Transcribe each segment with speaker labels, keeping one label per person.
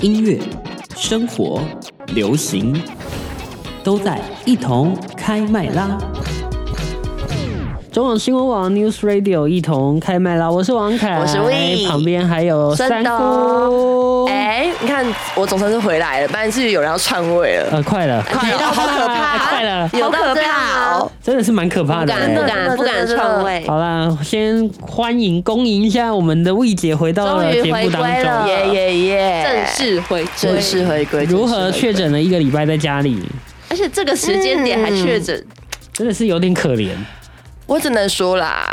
Speaker 1: 音乐、生活、流行，都在一同开麦啦！中广新闻网 News Radio 一同开麦啦！我是王凯，
Speaker 2: 我是 Wee
Speaker 1: 旁边还有三
Speaker 2: 真的
Speaker 1: 夫
Speaker 2: 哦，哎、你看我总算是回来了，不然是有人要篡位了，
Speaker 1: 呃，快了，
Speaker 2: 快了，好可怕，
Speaker 1: 快了，
Speaker 2: 有到这样哦，
Speaker 1: 真的是蛮可怕
Speaker 3: 不
Speaker 1: 的、
Speaker 3: 敢不
Speaker 1: 欸。
Speaker 3: 敢不敢篡位。
Speaker 1: 好啦，先欢迎恭迎一下我们的魏姐回到了节
Speaker 3: 终于
Speaker 1: 目
Speaker 3: 回
Speaker 1: 当
Speaker 3: 归
Speaker 1: 中
Speaker 3: 了。
Speaker 2: 耶耶耶，
Speaker 3: 正式回归，
Speaker 2: 正式回归，
Speaker 1: 如何
Speaker 2: 正式回归
Speaker 1: 确？诊了一个礼拜在家里，
Speaker 3: 而且这个时间点还确诊，
Speaker 1: 真的是有点可怜。
Speaker 2: 我只能说啦，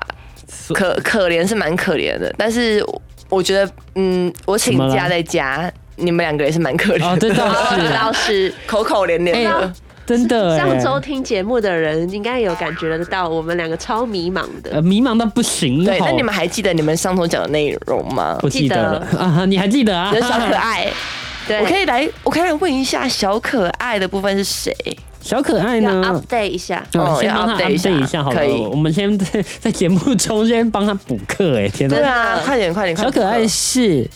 Speaker 2: 可可怜是蛮可怜的，但是我觉得，嗯，我请
Speaker 1: 怎么了
Speaker 2: 假在家，你们两个也是蛮可怜的，
Speaker 1: 哦，这倒
Speaker 3: 哦
Speaker 1: 是，
Speaker 3: 老师。
Speaker 2: 口口连连的。
Speaker 1: 哎 真的欸。
Speaker 3: 上周听节目的人应该有感觉得到，我们两个超迷茫的。
Speaker 1: 呃迷茫到不行，
Speaker 2: 对，
Speaker 1: 好
Speaker 2: 那你们还记得你们上头讲的内容吗？
Speaker 1: 不记得了啊？你还记得啊？
Speaker 2: 人小可爱，
Speaker 3: 对，
Speaker 2: 我可以来，我可以来问一下小可爱的部分是谁？
Speaker 1: 小可爱
Speaker 3: 要
Speaker 1: 呢？
Speaker 3: update 一下。
Speaker 1: 嗯
Speaker 2: 哦
Speaker 1: 先
Speaker 2: 要
Speaker 1: 帮他
Speaker 2: update 一下
Speaker 1: update 一下好了
Speaker 2: 可以。
Speaker 1: 我们先 在在节目中先帮他补课，哎，天哪
Speaker 2: 对！
Speaker 3: 真
Speaker 2: 啊，
Speaker 3: 的
Speaker 2: 快点快点，快
Speaker 1: 小
Speaker 2: 点
Speaker 1: 可爱是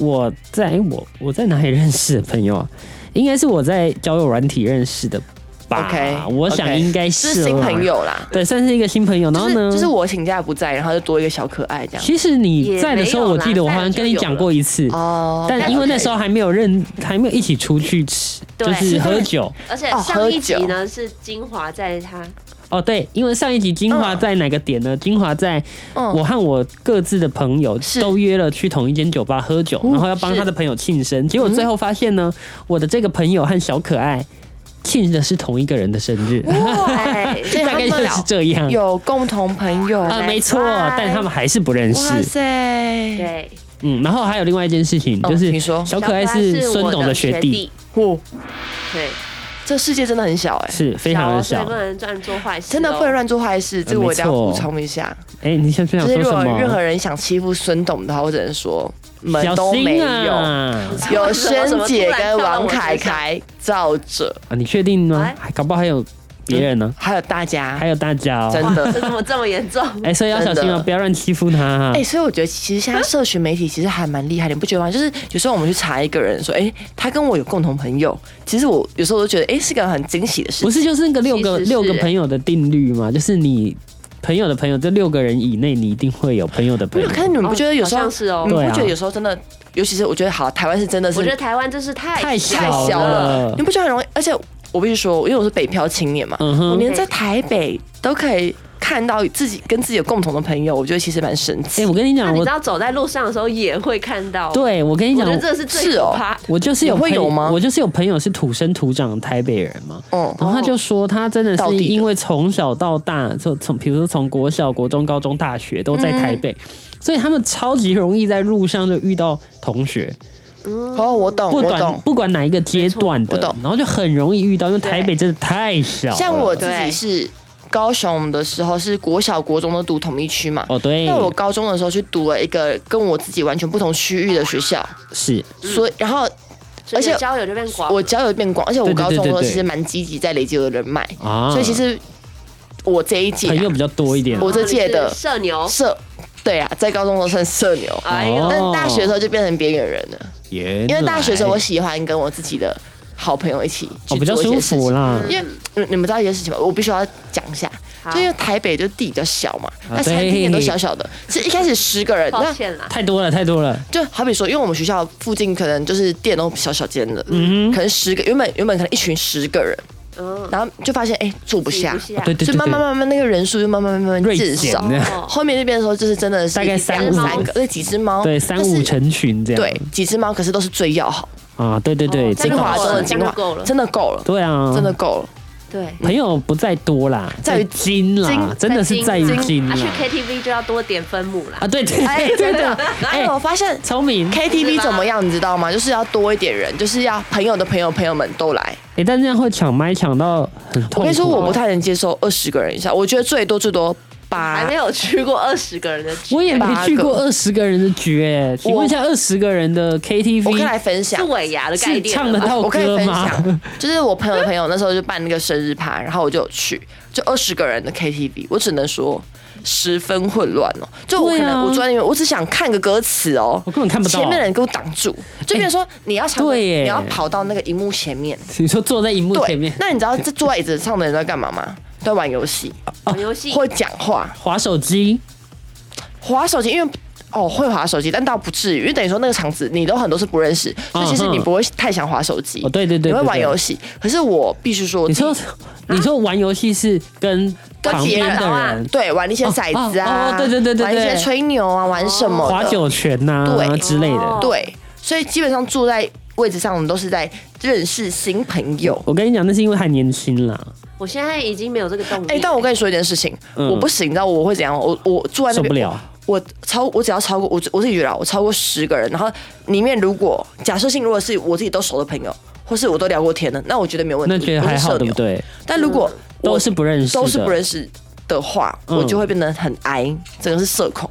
Speaker 1: 我在诶我我在哪里认识的朋友啊？应该是我在交友软体认识的吧
Speaker 2: OK，
Speaker 1: 我想
Speaker 2: OK
Speaker 1: 应该
Speaker 2: 是
Speaker 1: 是
Speaker 2: 新
Speaker 1: 啦
Speaker 2: 朋，友啦。
Speaker 1: 对，算是一个新朋友。然
Speaker 2: 就
Speaker 1: 后
Speaker 2: 是
Speaker 1: 呢，
Speaker 2: 就是我请假不在，然后就多一个小可爱这样。
Speaker 1: 其实你
Speaker 3: 也
Speaker 1: 在的时候，
Speaker 3: 没有
Speaker 1: 我
Speaker 3: 啦
Speaker 1: 记得我好像跟你讲过一次，
Speaker 2: 哦
Speaker 1: 但因为那时候还没有认，还没有一起出去吃，
Speaker 3: 对
Speaker 1: 就是喝酒。
Speaker 3: 而且
Speaker 2: 哦
Speaker 3: 上一集
Speaker 2: 喝酒
Speaker 3: 呢是精华 在他，
Speaker 1: 哦，对，因为上一集精华在哪个点呢？精华在
Speaker 2: 嗯
Speaker 1: 我和我各自的朋友
Speaker 2: 是嗯
Speaker 1: 都约了去同一间酒吧喝酒，然后要帮他的朋友庆生。结果最后发现呢，我的这个朋友和小可爱庆的是同一个人的生日，
Speaker 2: 所以
Speaker 1: 大
Speaker 2: 他
Speaker 1: 概
Speaker 2: 们
Speaker 1: 就是这样。
Speaker 2: 有共同朋 友
Speaker 1: 啊，没错，但他们还是不认
Speaker 2: 哇
Speaker 1: 识。
Speaker 2: 塞，
Speaker 3: 对，
Speaker 1: 嗯，然后还有另外一件事情，
Speaker 2: 哦
Speaker 1: 就是
Speaker 2: 请说
Speaker 1: 小可爱是孙董的学弟，，
Speaker 2: 哦，
Speaker 3: 对，
Speaker 2: 这世界真的很小哎，
Speaker 1: 是非常的
Speaker 3: 所以
Speaker 1: 小
Speaker 3: 不。能乱做坏事哦，
Speaker 2: 真的不能乱做坏
Speaker 1: 呃
Speaker 2: 事，这我一定要
Speaker 1: 没错
Speaker 2: 补充一下。
Speaker 1: 哎、你想想
Speaker 2: 就
Speaker 1: 说
Speaker 2: 是如
Speaker 1: 什
Speaker 2: 果
Speaker 1: 么？
Speaker 2: 任何人想欺负孙董的话，我只能说门
Speaker 1: 小
Speaker 2: 都
Speaker 1: 心
Speaker 2: 没有。
Speaker 1: 啊！
Speaker 2: 有萱姐跟王凯凯罩着，
Speaker 1: 啊，你确定吗
Speaker 3: 哎？
Speaker 1: 还搞不好还有别人呢、
Speaker 2: 还有大家
Speaker 1: 还，有大家哦、
Speaker 2: 真
Speaker 3: 哇
Speaker 2: 的。
Speaker 3: 这怎么这么严 重？
Speaker 1: 哎、所以要小心哦、
Speaker 2: 真的
Speaker 1: 不要乱欺负他、啊。
Speaker 2: 哎、所以我觉得其实现在社群媒体其实还蛮厉害的，你不觉得吗？就是有时候我们去查一个人说，哎、他跟我有共同朋友，其实我有时候都觉得，哎、是个很惊喜的事
Speaker 1: 不。是，就是那个六个
Speaker 3: 其实是
Speaker 1: 六个朋友的定律嘛，就是你朋友的朋友，这六个人以内，你一定会有朋友的朋
Speaker 2: 没
Speaker 1: 友
Speaker 2: 有，。可是你们不觉得有时
Speaker 3: 好
Speaker 2: 候，
Speaker 3: 像是哦
Speaker 2: 你们
Speaker 1: 对啊
Speaker 2: 不觉得有时候真的，尤其是我觉得好，台湾是真的是
Speaker 3: 我觉得台湾真是太
Speaker 1: 太
Speaker 2: 太
Speaker 1: 小
Speaker 2: 小
Speaker 1: 了
Speaker 2: 了，你不觉得很容易？而且我必须说，因为我是北漂青年嘛，
Speaker 1: 嗯哼
Speaker 2: 我连在台北都可以看到自己跟自己有共同的朋友，我觉得其实蛮神
Speaker 1: 哎、
Speaker 2: 奇。
Speaker 1: 我跟你
Speaker 3: 那
Speaker 1: 讲，
Speaker 3: 你
Speaker 1: 我
Speaker 3: 知道走在路上的时候也会看到，，
Speaker 1: 对我跟你
Speaker 3: 我
Speaker 1: 讲
Speaker 3: 觉，得这是最
Speaker 2: 是
Speaker 3: 可
Speaker 2: 哦
Speaker 3: 怕。
Speaker 1: 我就是有
Speaker 2: 你会
Speaker 1: 朋友
Speaker 2: 有吗
Speaker 1: 我就是有朋友是土生土长的台北人嘛，
Speaker 2: 嗯，
Speaker 1: 然后他就说，他真的
Speaker 2: 到
Speaker 1: 是
Speaker 2: 地的
Speaker 1: 因为从小到大，就从比如说从国小、国中、高中、大学都
Speaker 2: 嗯
Speaker 1: 在台北，所以他们超级容易在路上就遇到同学，
Speaker 2: 哦，我懂，
Speaker 1: 不
Speaker 2: 我
Speaker 1: 管
Speaker 2: 懂。
Speaker 1: 不管哪一个阶段的
Speaker 2: 没错我，懂
Speaker 1: 然后就很容易遇到，因为台北真的太小了。
Speaker 2: 像我自己
Speaker 3: 对
Speaker 2: 是高雄的时候，是国小、国中都读同一区嘛。
Speaker 1: 哦，对
Speaker 2: 那，我高中的时候去读了一个跟我自己完全不同区域的学校，
Speaker 1: 是
Speaker 2: 所以然后
Speaker 3: 所以你
Speaker 2: 而
Speaker 3: 的
Speaker 2: 且
Speaker 3: 交友就变广，
Speaker 2: 我交友变广，而且我
Speaker 1: 对对
Speaker 2: 高中
Speaker 1: 对对
Speaker 2: 的时候
Speaker 1: 对
Speaker 2: 其实蛮积极在累积我的人脉，
Speaker 1: 啊，
Speaker 2: 所以其实我这一届
Speaker 1: 朋
Speaker 2: 啊
Speaker 1: 友比较多一点。
Speaker 2: 我这届的
Speaker 3: 你是社牛，
Speaker 2: 社，对啊，在高中都算社牛，
Speaker 3: 哎
Speaker 1: 哦
Speaker 3: 呦，
Speaker 2: 但大学的时候就变成边缘人了，
Speaker 1: 因
Speaker 2: 因为大学的时候我喜欢跟我自己的好朋友一起
Speaker 1: 哦
Speaker 2: 去
Speaker 1: 比较
Speaker 2: 做一
Speaker 1: 舒
Speaker 2: 些事
Speaker 1: 服
Speaker 2: 情。
Speaker 1: 啦，
Speaker 2: 因为嗯你们知道一件事情吗？我必须要讲一下，
Speaker 3: 好
Speaker 2: 就因为台北就地比较小嘛，
Speaker 1: 啊
Speaker 2: 那餐厅也都小小的。是一开始十个人，
Speaker 3: 抱
Speaker 2: 那
Speaker 3: 歉啦，
Speaker 1: 太多了太多了，
Speaker 2: 就好比说，因为我们学校附近可能就是店都小小间的，可能十个原本原本可能一群十个人，
Speaker 3: 嗯，
Speaker 2: 然后就发现哎、坐不下，
Speaker 3: 挤不下
Speaker 1: 哦啊对对对
Speaker 2: 所以慢慢
Speaker 1: 对，
Speaker 2: 慢慢那个人数就慢慢慢慢
Speaker 1: 锐
Speaker 2: 至
Speaker 1: 减
Speaker 2: 少，
Speaker 1: 呢，
Speaker 3: 哦
Speaker 2: 后面那边的时候就是真的是
Speaker 1: 大概三
Speaker 2: 两
Speaker 3: 五
Speaker 2: 三个，对几只猫，
Speaker 1: 对三
Speaker 2: 但是
Speaker 1: 五成群这样，
Speaker 2: 对几只猫，可是都是最要好，
Speaker 1: 啊，对对对，这
Speaker 3: 哦这
Speaker 2: 精
Speaker 3: 样就
Speaker 1: 个
Speaker 2: 华
Speaker 3: 好
Speaker 2: 中
Speaker 3: 了
Speaker 2: 的精华
Speaker 3: 这样就够了
Speaker 2: 真的够了，
Speaker 1: 对啊，
Speaker 2: 真的够了。
Speaker 3: 对。
Speaker 1: 朋友不在多啦，
Speaker 2: 在于
Speaker 1: 精啦，
Speaker 2: 精
Speaker 1: 真的是在于精
Speaker 3: 啊，去
Speaker 1: 啦
Speaker 3: KTV 就要多点分母啦
Speaker 1: 啊，。对对
Speaker 2: 哎，
Speaker 1: 对
Speaker 2: 真
Speaker 1: 对
Speaker 2: 的，
Speaker 1: 哎
Speaker 2: 哎，我发现
Speaker 1: 聪明
Speaker 2: KTV 怎么样，你知道吗？就是要多一点人，就是要朋友的朋友朋友们都来。
Speaker 1: 哎，但这样会抢麦抢到很痛苦。啊
Speaker 2: 我跟你说，我不太能接受二十个人以上，我觉得最多最多八
Speaker 3: 还没。有去过二十个人的局，
Speaker 1: 我也 没去过
Speaker 2: 八
Speaker 1: 二十个人的局哎，请问一下，二十个人的
Speaker 2: 我可以来
Speaker 1: KTV
Speaker 2: 分
Speaker 3: 是
Speaker 2: 享，
Speaker 3: 尾牙的概
Speaker 1: 是
Speaker 3: 念
Speaker 1: 唱得
Speaker 3: 了吧
Speaker 1: 到
Speaker 2: 我可以
Speaker 1: 歌
Speaker 2: 分
Speaker 1: 吗
Speaker 2: 享？，就是我朋友的朋友那时候就办那个生日趴，然后我就有去，就二十个人的 KTV，我只能说十分混乱哦。就我可
Speaker 1: 对啊
Speaker 2: 能我坐在那边，我只想看个歌词哦，
Speaker 1: 我根本看不到哎
Speaker 2: 前面的人给我挡住，就变成说你要唱歌，
Speaker 1: 对耶
Speaker 2: 你要跑到那个荧幕前面。
Speaker 1: 你说坐在荧幕前
Speaker 2: 对
Speaker 1: 面，
Speaker 2: 那你知道这坐在椅子上的人都在干嘛吗？都在玩游戏
Speaker 3: 玩游戏
Speaker 2: 或讲话。
Speaker 1: 划手机，
Speaker 2: 滑手机，因为哦会滑手机，但倒不至于，因为等于说那个场子你都很多是不认识，所以其实你不会太想滑手机。
Speaker 1: 嗯哦对对对对
Speaker 2: 你会玩
Speaker 1: 对
Speaker 2: 游戏。可是我必须说，我
Speaker 1: 你
Speaker 2: 自己
Speaker 1: 说你说玩游戏是跟
Speaker 2: 跟
Speaker 1: 旁
Speaker 2: 别
Speaker 1: 边
Speaker 2: 人
Speaker 1: 的
Speaker 2: 玩
Speaker 3: 啊
Speaker 1: 人
Speaker 2: 对玩一些骰子
Speaker 1: 哦
Speaker 2: 啊，
Speaker 1: 哦对对对对
Speaker 2: 玩一些
Speaker 1: 对
Speaker 2: 吹牛啊，玩什么的
Speaker 1: 划酒泉呐、
Speaker 2: 对
Speaker 1: 之类的
Speaker 3: 哦。
Speaker 2: 对，所以基本上坐在位置上，我们都是在认识新朋友。
Speaker 1: 我跟你讲，那是因为还年轻啦，
Speaker 3: 我现在已经没有这个动力。
Speaker 2: 哎、但我跟你说一件事情，
Speaker 1: 嗯
Speaker 2: 我不行，你知道我会怎样？我我坐在
Speaker 1: 受
Speaker 2: 那
Speaker 1: 不
Speaker 2: 边，
Speaker 1: 了。
Speaker 2: 我超我只要超过我我自己觉得啊我超过十个人，然后里面如果假设性如果是我自己都熟的朋友，或是我都聊过天的，那我觉得没有问题，
Speaker 1: 那觉得
Speaker 2: 我是
Speaker 1: 还好，
Speaker 2: 社
Speaker 1: 对
Speaker 2: 牛
Speaker 1: 不。对？
Speaker 2: 但如果我
Speaker 1: 都是不认识的
Speaker 2: 都是不认识的话，
Speaker 1: 嗯
Speaker 2: 我就会变得很矮，整个是社恐，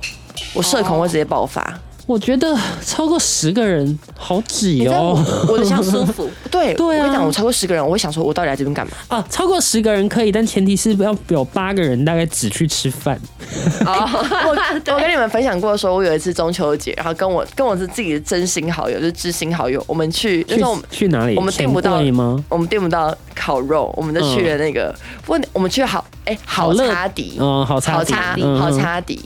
Speaker 2: 我社恐会直接爆发。
Speaker 1: 我觉得超过十个人好挤
Speaker 2: 你知道
Speaker 1: 哦。
Speaker 2: 我我
Speaker 3: 不
Speaker 2: 的
Speaker 3: 想
Speaker 2: 想说，
Speaker 3: 舒服，
Speaker 2: 对，
Speaker 1: 对啊
Speaker 2: 我跟你讲，我超过十个人，我会想说，我到底来这边干嘛？
Speaker 1: 啊，超过十个人可以，但前提是要有八个人大概只去吃饭。
Speaker 3: 哦，
Speaker 2: 我
Speaker 3: 对，
Speaker 2: 跟你们分享过说我有一次中秋节，然后跟我跟我是自己的真心好友，就是知心好友，我们去那
Speaker 1: 去
Speaker 2: 时候我们
Speaker 1: 去哪里？
Speaker 2: 我们订
Speaker 1: 钱
Speaker 2: 不到
Speaker 1: 柜吗？
Speaker 2: 我们订不到烤肉，我们就去了那个，问、我们去好哎、好
Speaker 1: 乐
Speaker 2: 差迪，
Speaker 1: 嗯，好差
Speaker 2: 好
Speaker 1: 点
Speaker 2: 差
Speaker 1: 嗯
Speaker 2: 好差迪。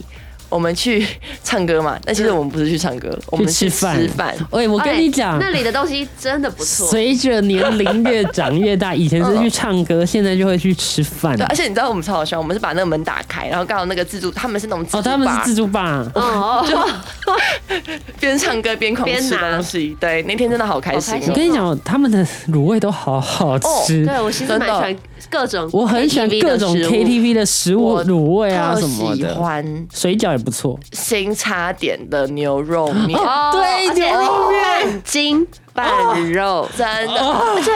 Speaker 2: 我们去 唱歌嘛，但其实我们不是去唱歌，我
Speaker 1: 嗯
Speaker 2: 们
Speaker 1: 去
Speaker 2: 去
Speaker 1: 吃饭
Speaker 2: 吃饭。
Speaker 1: 喂，我跟你讲
Speaker 3: 哎，那里的东西真的不错。
Speaker 1: 随着年龄越长越大，以前是去唱歌，现在就会去吃饭
Speaker 2: 对，。而且你知道我们超好笑，我们是把那个门打开，然后刚好那个自助，他们是那种自
Speaker 1: 哦，
Speaker 2: 助吧，
Speaker 1: 他们是自助吧？
Speaker 3: 哦，哦
Speaker 2: 边唱歌边狂
Speaker 3: 边
Speaker 2: 吃
Speaker 3: 拿
Speaker 2: 东西。对，那天真的好开心
Speaker 3: 好开
Speaker 2: 哦。
Speaker 3: 心
Speaker 1: 我跟你讲，他们的卤味都好好吃。
Speaker 3: 对我其实蛮喜欢各种 KTV 的食物，
Speaker 1: 我很喜欢各种 KTV 的食物
Speaker 2: 我
Speaker 1: 卤味啊
Speaker 2: 特
Speaker 1: 什么
Speaker 2: 喜
Speaker 1: 的，
Speaker 2: 欢
Speaker 1: 水饺也不错。
Speaker 2: 新茶点的牛肉面，
Speaker 3: 哦，
Speaker 1: 对
Speaker 3: 而且哦
Speaker 1: 牛
Speaker 3: 半斤半肉，
Speaker 2: 真的，
Speaker 1: 哦
Speaker 2: 而且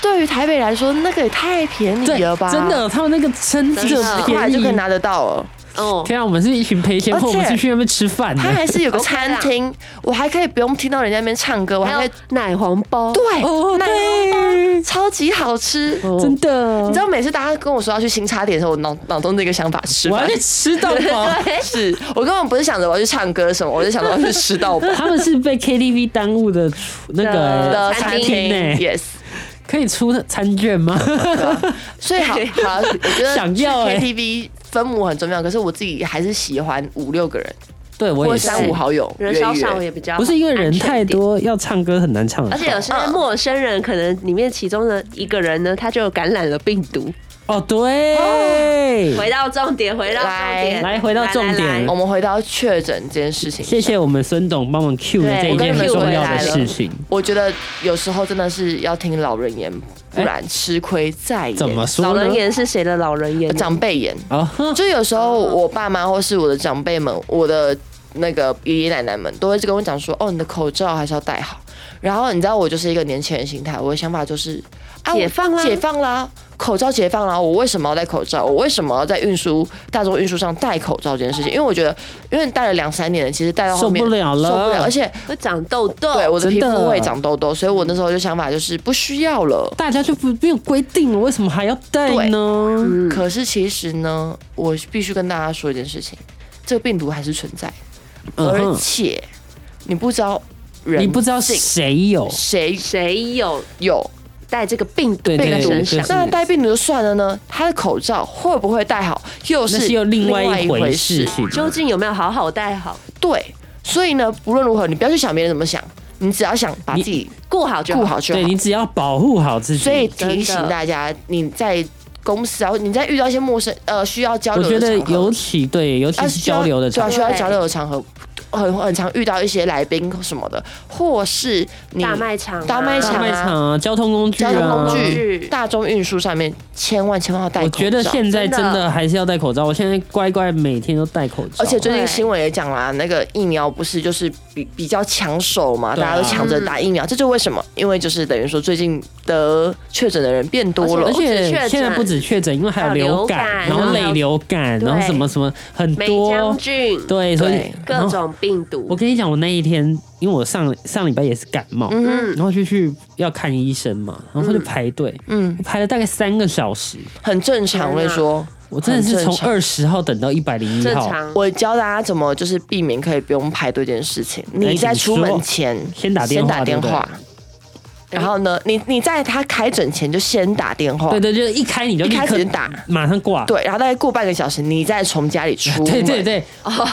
Speaker 2: 对于台北来说，那个也太便
Speaker 1: 对
Speaker 2: 宜了吧？，
Speaker 1: 真的，他们那个真
Speaker 3: 真的
Speaker 1: 的
Speaker 2: 过来
Speaker 1: 便
Speaker 2: 就可以
Speaker 1: 宜。
Speaker 2: 拿得到了。
Speaker 3: 哦，
Speaker 1: 天啊，我们是一群赔钱货，
Speaker 2: 而
Speaker 1: 我
Speaker 2: 且
Speaker 1: 们是去那边吃饭的
Speaker 2: 它。还是有个
Speaker 3: OK 啦
Speaker 2: 餐厅，我还可以不用听到人家那边唱歌，我还
Speaker 3: 还
Speaker 2: 可
Speaker 3: 有
Speaker 2: 以
Speaker 3: 奶黄包，
Speaker 1: 哦
Speaker 2: 对，奶
Speaker 1: 对
Speaker 2: 包超级好吃。
Speaker 3: 哦
Speaker 1: 真的，
Speaker 2: 你知道每次大家跟我说要去新茶点的时候，我脑脑中的一个想法是，
Speaker 1: 我要去吃到饱。
Speaker 2: 是我根本不是想着我要去 唱歌什么，我就想着我要去吃到饱
Speaker 1: 他们是被 KTV 耽误的出那个
Speaker 2: 的
Speaker 1: 餐
Speaker 2: 餐
Speaker 1: 厅
Speaker 2: 厅
Speaker 1: 呢，
Speaker 2: ，yes。
Speaker 1: 可以出餐券 吗？
Speaker 2: 所 以好好，我觉得
Speaker 1: 想要欸
Speaker 2: 去 KTV 分母很重要，可是我自己还是喜欢五六个人
Speaker 1: 对，我
Speaker 2: 或
Speaker 1: 也
Speaker 2: 者
Speaker 1: 是，
Speaker 2: 三五好友约一
Speaker 3: 人少少
Speaker 2: 约。
Speaker 3: 也比较好
Speaker 1: 不是因为人太，
Speaker 3: 安全一点
Speaker 1: 多，要唱歌很难唱得到。
Speaker 3: 而且有些陌生人可能里面其中的一个人呢，他就感染了病毒。
Speaker 1: 哦，对，
Speaker 2: 哦
Speaker 3: 回到重点，回到重点，
Speaker 1: 来回到重点
Speaker 3: 来来
Speaker 2: 我
Speaker 3: 来
Speaker 2: 们回到确诊这件事情，
Speaker 1: 谢谢我们孙董帮忙 cue 了这一件
Speaker 2: 对我跟你
Speaker 1: 很
Speaker 2: 们
Speaker 1: 重要
Speaker 2: cue 回
Speaker 1: 的
Speaker 2: 来了
Speaker 1: 事情。
Speaker 2: 我觉得有时候真的是要听老人言，不然吃亏在眼。
Speaker 1: 怎么
Speaker 3: 老
Speaker 1: 说呢
Speaker 3: 人？言是谁的老人言？
Speaker 2: 长辈言，
Speaker 1: 啊哈，
Speaker 2: 就有时候我爸妈或是我的长辈们，我的那个爷爷奶奶们都会跟我讲说，哦，你的口罩还是要戴好。然后你知道我就是一个年轻人心态，我的想法就是，啊，我
Speaker 3: 解放啦
Speaker 2: 解放啦，口罩解放啦，我为什么要戴口罩？我为什么要在运输大众运输上戴口罩这件事情？因为我觉得，因为你戴了两三年了，其实戴到后面
Speaker 1: 受不了了
Speaker 2: 受不了，而且
Speaker 3: 会长痘痘。
Speaker 2: 对我的
Speaker 1: 哦真
Speaker 2: 皮
Speaker 1: 的
Speaker 2: 肤会长痘痘，所以我那时候就想法就是不需要了。
Speaker 1: 大家就不没有规定了，为什么还要戴呢？
Speaker 3: 嗯
Speaker 2: 可是其实呢，我必须跟大家说一件事情，这个病毒还是存在，
Speaker 1: 嗯
Speaker 2: 而
Speaker 1: 哼，
Speaker 2: 且你不知道人，
Speaker 1: 你不知道
Speaker 2: 谁
Speaker 1: 谁有，
Speaker 2: 谁
Speaker 3: 谁有
Speaker 2: 有
Speaker 3: 带这个病毒
Speaker 1: 对对
Speaker 3: 在
Speaker 1: 对
Speaker 3: 身
Speaker 1: 对
Speaker 3: 上
Speaker 1: 是？
Speaker 2: 那戴病毒就算了呢，他的口罩会不会戴好，又
Speaker 1: 那
Speaker 2: 是
Speaker 1: 是又另外
Speaker 2: 一
Speaker 1: 一回事情。啊
Speaker 3: 究竟有没有好好戴好，
Speaker 2: 对，所以呢，不论如何，你不要去想别人怎么想，你只要想把
Speaker 1: 你
Speaker 2: 自己
Speaker 3: 顾好就
Speaker 2: 顾
Speaker 3: 好？
Speaker 2: 好就
Speaker 1: 对
Speaker 2: 好。
Speaker 1: 你只要保护好自己。
Speaker 2: 所以提醒
Speaker 3: 真的
Speaker 2: 大家，你在公司啊，或你在遇到一些陌生呃需要交
Speaker 1: 我
Speaker 2: 流
Speaker 1: 觉
Speaker 2: 的
Speaker 1: 得
Speaker 2: 场合
Speaker 1: 尤其对，尤其
Speaker 2: 啊
Speaker 1: 是交流的
Speaker 2: 需要
Speaker 1: 场
Speaker 2: 对
Speaker 1: 合，
Speaker 2: 啊，需要交流的场合，很很常遇到一些来宾什么的，或是你
Speaker 3: 大卖场啊，
Speaker 2: 大卖
Speaker 1: 大
Speaker 2: 场
Speaker 1: 卖场啊，交通工具
Speaker 2: 交通
Speaker 1: 啊
Speaker 2: 工。具、
Speaker 3: 具
Speaker 2: 大众运输上面，千万千万要戴口
Speaker 1: 我
Speaker 2: 罩。
Speaker 1: 觉得现在真
Speaker 3: 真的
Speaker 1: 的还是要戴口罩，我现在乖乖每天都戴口罩，
Speaker 2: 而且最近
Speaker 3: 对
Speaker 2: 新闻也讲啦，那个疫苗不是就是比比较抢手嘛，
Speaker 1: 对啊
Speaker 2: 大家都抢着打疫苗，这就为什么？因为就是等于说最近得确诊的人变多了
Speaker 1: 而
Speaker 3: 不，止确
Speaker 1: 且
Speaker 3: 诊
Speaker 1: 现在不止确诊，因为还有
Speaker 3: 还有流
Speaker 1: 流感，
Speaker 3: 感
Speaker 1: 然后
Speaker 3: 然后还有
Speaker 1: 类流感，
Speaker 3: 对
Speaker 1: 然后什么什么很
Speaker 3: 梅
Speaker 1: 多
Speaker 3: 将，军，
Speaker 1: 对，所以
Speaker 2: 对
Speaker 1: 然后
Speaker 3: 各种病
Speaker 1: 我
Speaker 3: 毒。
Speaker 1: 跟你讲，我那一天，因为我上上礼拜也是感冒，
Speaker 3: 嗯
Speaker 1: 然后就去要看医生嘛，然后就排队，
Speaker 2: 嗯，
Speaker 1: 排了大概三个小时，
Speaker 2: 很正常。我跟你说，
Speaker 1: 我真的是
Speaker 2: 很
Speaker 1: 从
Speaker 2: 正常
Speaker 1: 二十号等到一百零一
Speaker 3: 正
Speaker 1: 号，
Speaker 3: 常。
Speaker 2: 我教大家怎么就是避免可以不用排队这件事情。你在出门前
Speaker 1: 先打电
Speaker 2: 先
Speaker 1: 话，
Speaker 2: 打电
Speaker 1: 对不对
Speaker 2: 话，然后呢，你你在他开诊前就先打电话，
Speaker 1: 对对，就是一开你就
Speaker 2: 一
Speaker 1: 立
Speaker 2: 开
Speaker 1: 刻
Speaker 2: 始就打，
Speaker 1: 马上挂。
Speaker 2: 对，然后大概过半个小时，你再从家里出门，
Speaker 1: 对对对
Speaker 3: 哦，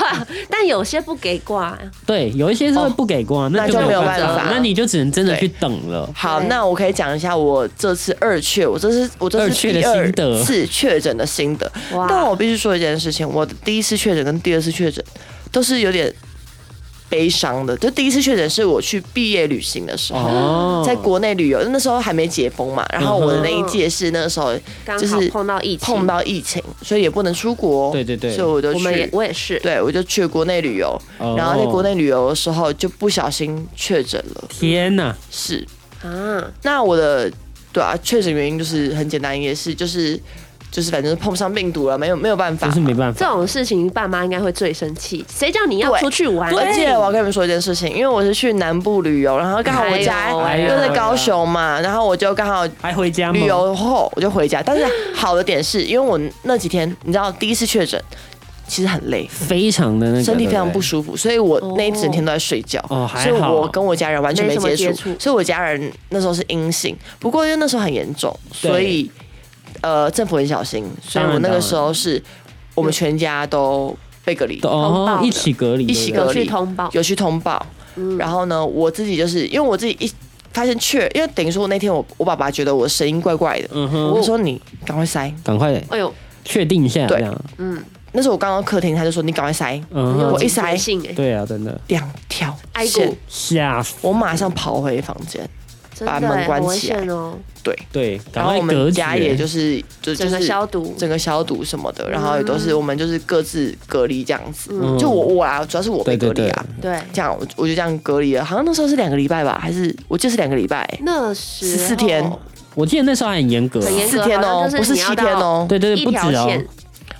Speaker 3: 但有些不给挂，
Speaker 1: 对，有一些是会不给挂，
Speaker 2: 哦那
Speaker 1: 就
Speaker 2: 就
Speaker 1: 没
Speaker 2: 没有
Speaker 1: 办
Speaker 2: 办法
Speaker 1: 那你就只能真的去
Speaker 2: 对
Speaker 1: 等了。
Speaker 2: 好，
Speaker 3: 对
Speaker 2: 那我可以讲一下我这次二确，我这是我这
Speaker 1: 二
Speaker 2: 是
Speaker 1: 确的
Speaker 2: 第
Speaker 1: 心
Speaker 2: 二
Speaker 1: 得
Speaker 2: 次确诊的心得。
Speaker 3: 哇
Speaker 2: 但我必须说一件事情，我的第一次确诊跟第二次确诊都是有点悲伤的。就第一次确诊是我去毕业旅行的时候。
Speaker 1: 哦，
Speaker 2: 在国内旅游，那时候还没解封嘛，然后我的那一
Speaker 3: 嗯哼
Speaker 2: 届是那时候
Speaker 3: 刚
Speaker 2: 就
Speaker 3: 好
Speaker 2: 是
Speaker 3: 碰到疫情，
Speaker 2: 碰到疫情，所以也不能出国，
Speaker 1: 嗯对对对
Speaker 2: 所以我就
Speaker 3: 我们也
Speaker 2: 去，
Speaker 3: 我也是，
Speaker 2: 对我就去国内旅游，
Speaker 1: 哦
Speaker 2: 然后在国内旅游的时候就不小心确诊了，
Speaker 1: 天呐，
Speaker 2: 是，
Speaker 3: 啊，
Speaker 2: 那我的对啊，确诊原因就是很简单，也是就是就是反正碰上病毒了，没有没有办法。
Speaker 1: 就是没办
Speaker 3: 这
Speaker 1: 法，
Speaker 3: 种事情爸妈应该会最生气，谁叫你要
Speaker 2: 对
Speaker 3: 出去玩？
Speaker 2: 而且我要跟你们说一件事情，因为我是去南部旅游，然后刚好我家
Speaker 3: 哎呦
Speaker 1: 哎呦
Speaker 2: 又在高雄嘛，然后我就刚好
Speaker 1: 还回家吗？
Speaker 2: 旅游后我就回家。但是好的点是，因为我那几天你知道第一次确诊，其实很累，
Speaker 1: 非常的那个，
Speaker 2: 身体非常
Speaker 1: 对对
Speaker 2: 不舒服，所以我
Speaker 3: 哦
Speaker 2: 那一整天都在睡觉，
Speaker 1: 哦还好
Speaker 2: 所以我跟我家人完全没
Speaker 3: 没
Speaker 2: 接
Speaker 3: 什么接
Speaker 2: 触
Speaker 3: 触，
Speaker 2: 所以我家人那时候是阴性，不过因为那时候很严重，
Speaker 1: 对
Speaker 2: 所以呃政府很小心，所以我那个时候是我们全家都被隔离，
Speaker 3: 通报
Speaker 1: 哦，
Speaker 3: 的
Speaker 1: 一起隔离，
Speaker 2: 一起
Speaker 1: 对不对
Speaker 3: 有
Speaker 2: 隔离
Speaker 3: 去通报，
Speaker 2: 有去通报，
Speaker 3: 嗯
Speaker 2: 然后呢我自己就是因为我自己一发现确，因为等于说我那天我我爸爸觉得我声音怪怪的，
Speaker 1: 嗯哼，
Speaker 2: 我就说你赶快塞，
Speaker 1: 赶快
Speaker 3: 哎呦，
Speaker 1: 确定一下，
Speaker 2: 对
Speaker 1: 这样，
Speaker 3: 嗯，
Speaker 2: 那时候我刚到客厅，他就说你赶快塞
Speaker 1: 嗯
Speaker 3: 很有
Speaker 1: 哼，
Speaker 2: 我一塞
Speaker 3: 警觉性哎，
Speaker 1: 对啊，真的
Speaker 2: 两条
Speaker 3: 挨
Speaker 2: 线
Speaker 3: 过，，
Speaker 1: 吓死，
Speaker 2: 我马上跑回房间。
Speaker 3: 真
Speaker 2: 把
Speaker 3: 的
Speaker 2: 门
Speaker 3: 哎
Speaker 2: 关
Speaker 3: 很危
Speaker 2: 起来
Speaker 3: 险哦，
Speaker 1: 对，赶
Speaker 2: 然后
Speaker 1: 快隔
Speaker 2: 我们
Speaker 1: 绝
Speaker 2: 家也就是就就
Speaker 3: 整个
Speaker 2: 是
Speaker 3: 消毒，
Speaker 2: 整个消毒什么的，然后也都是我们就是各自隔离这样子。
Speaker 1: 嗯
Speaker 2: 就我我啦，主要是我被
Speaker 1: 对
Speaker 2: 隔
Speaker 1: 对
Speaker 2: 离
Speaker 1: 对，
Speaker 2: 啊，
Speaker 3: 对，
Speaker 2: 这样我我就这样隔离了，好像那时候是两个礼拜吧，还是我记得是两个礼拜，
Speaker 3: 那时候
Speaker 2: 十四天，
Speaker 1: 我记得那时候还很严格啊，
Speaker 3: 很严
Speaker 2: 四天哦，
Speaker 3: 好像就是
Speaker 2: 不是
Speaker 3: 你要
Speaker 2: 七天哦，
Speaker 1: 对对对，
Speaker 3: 一
Speaker 1: 不
Speaker 3: 条
Speaker 1: 止哦
Speaker 3: 线，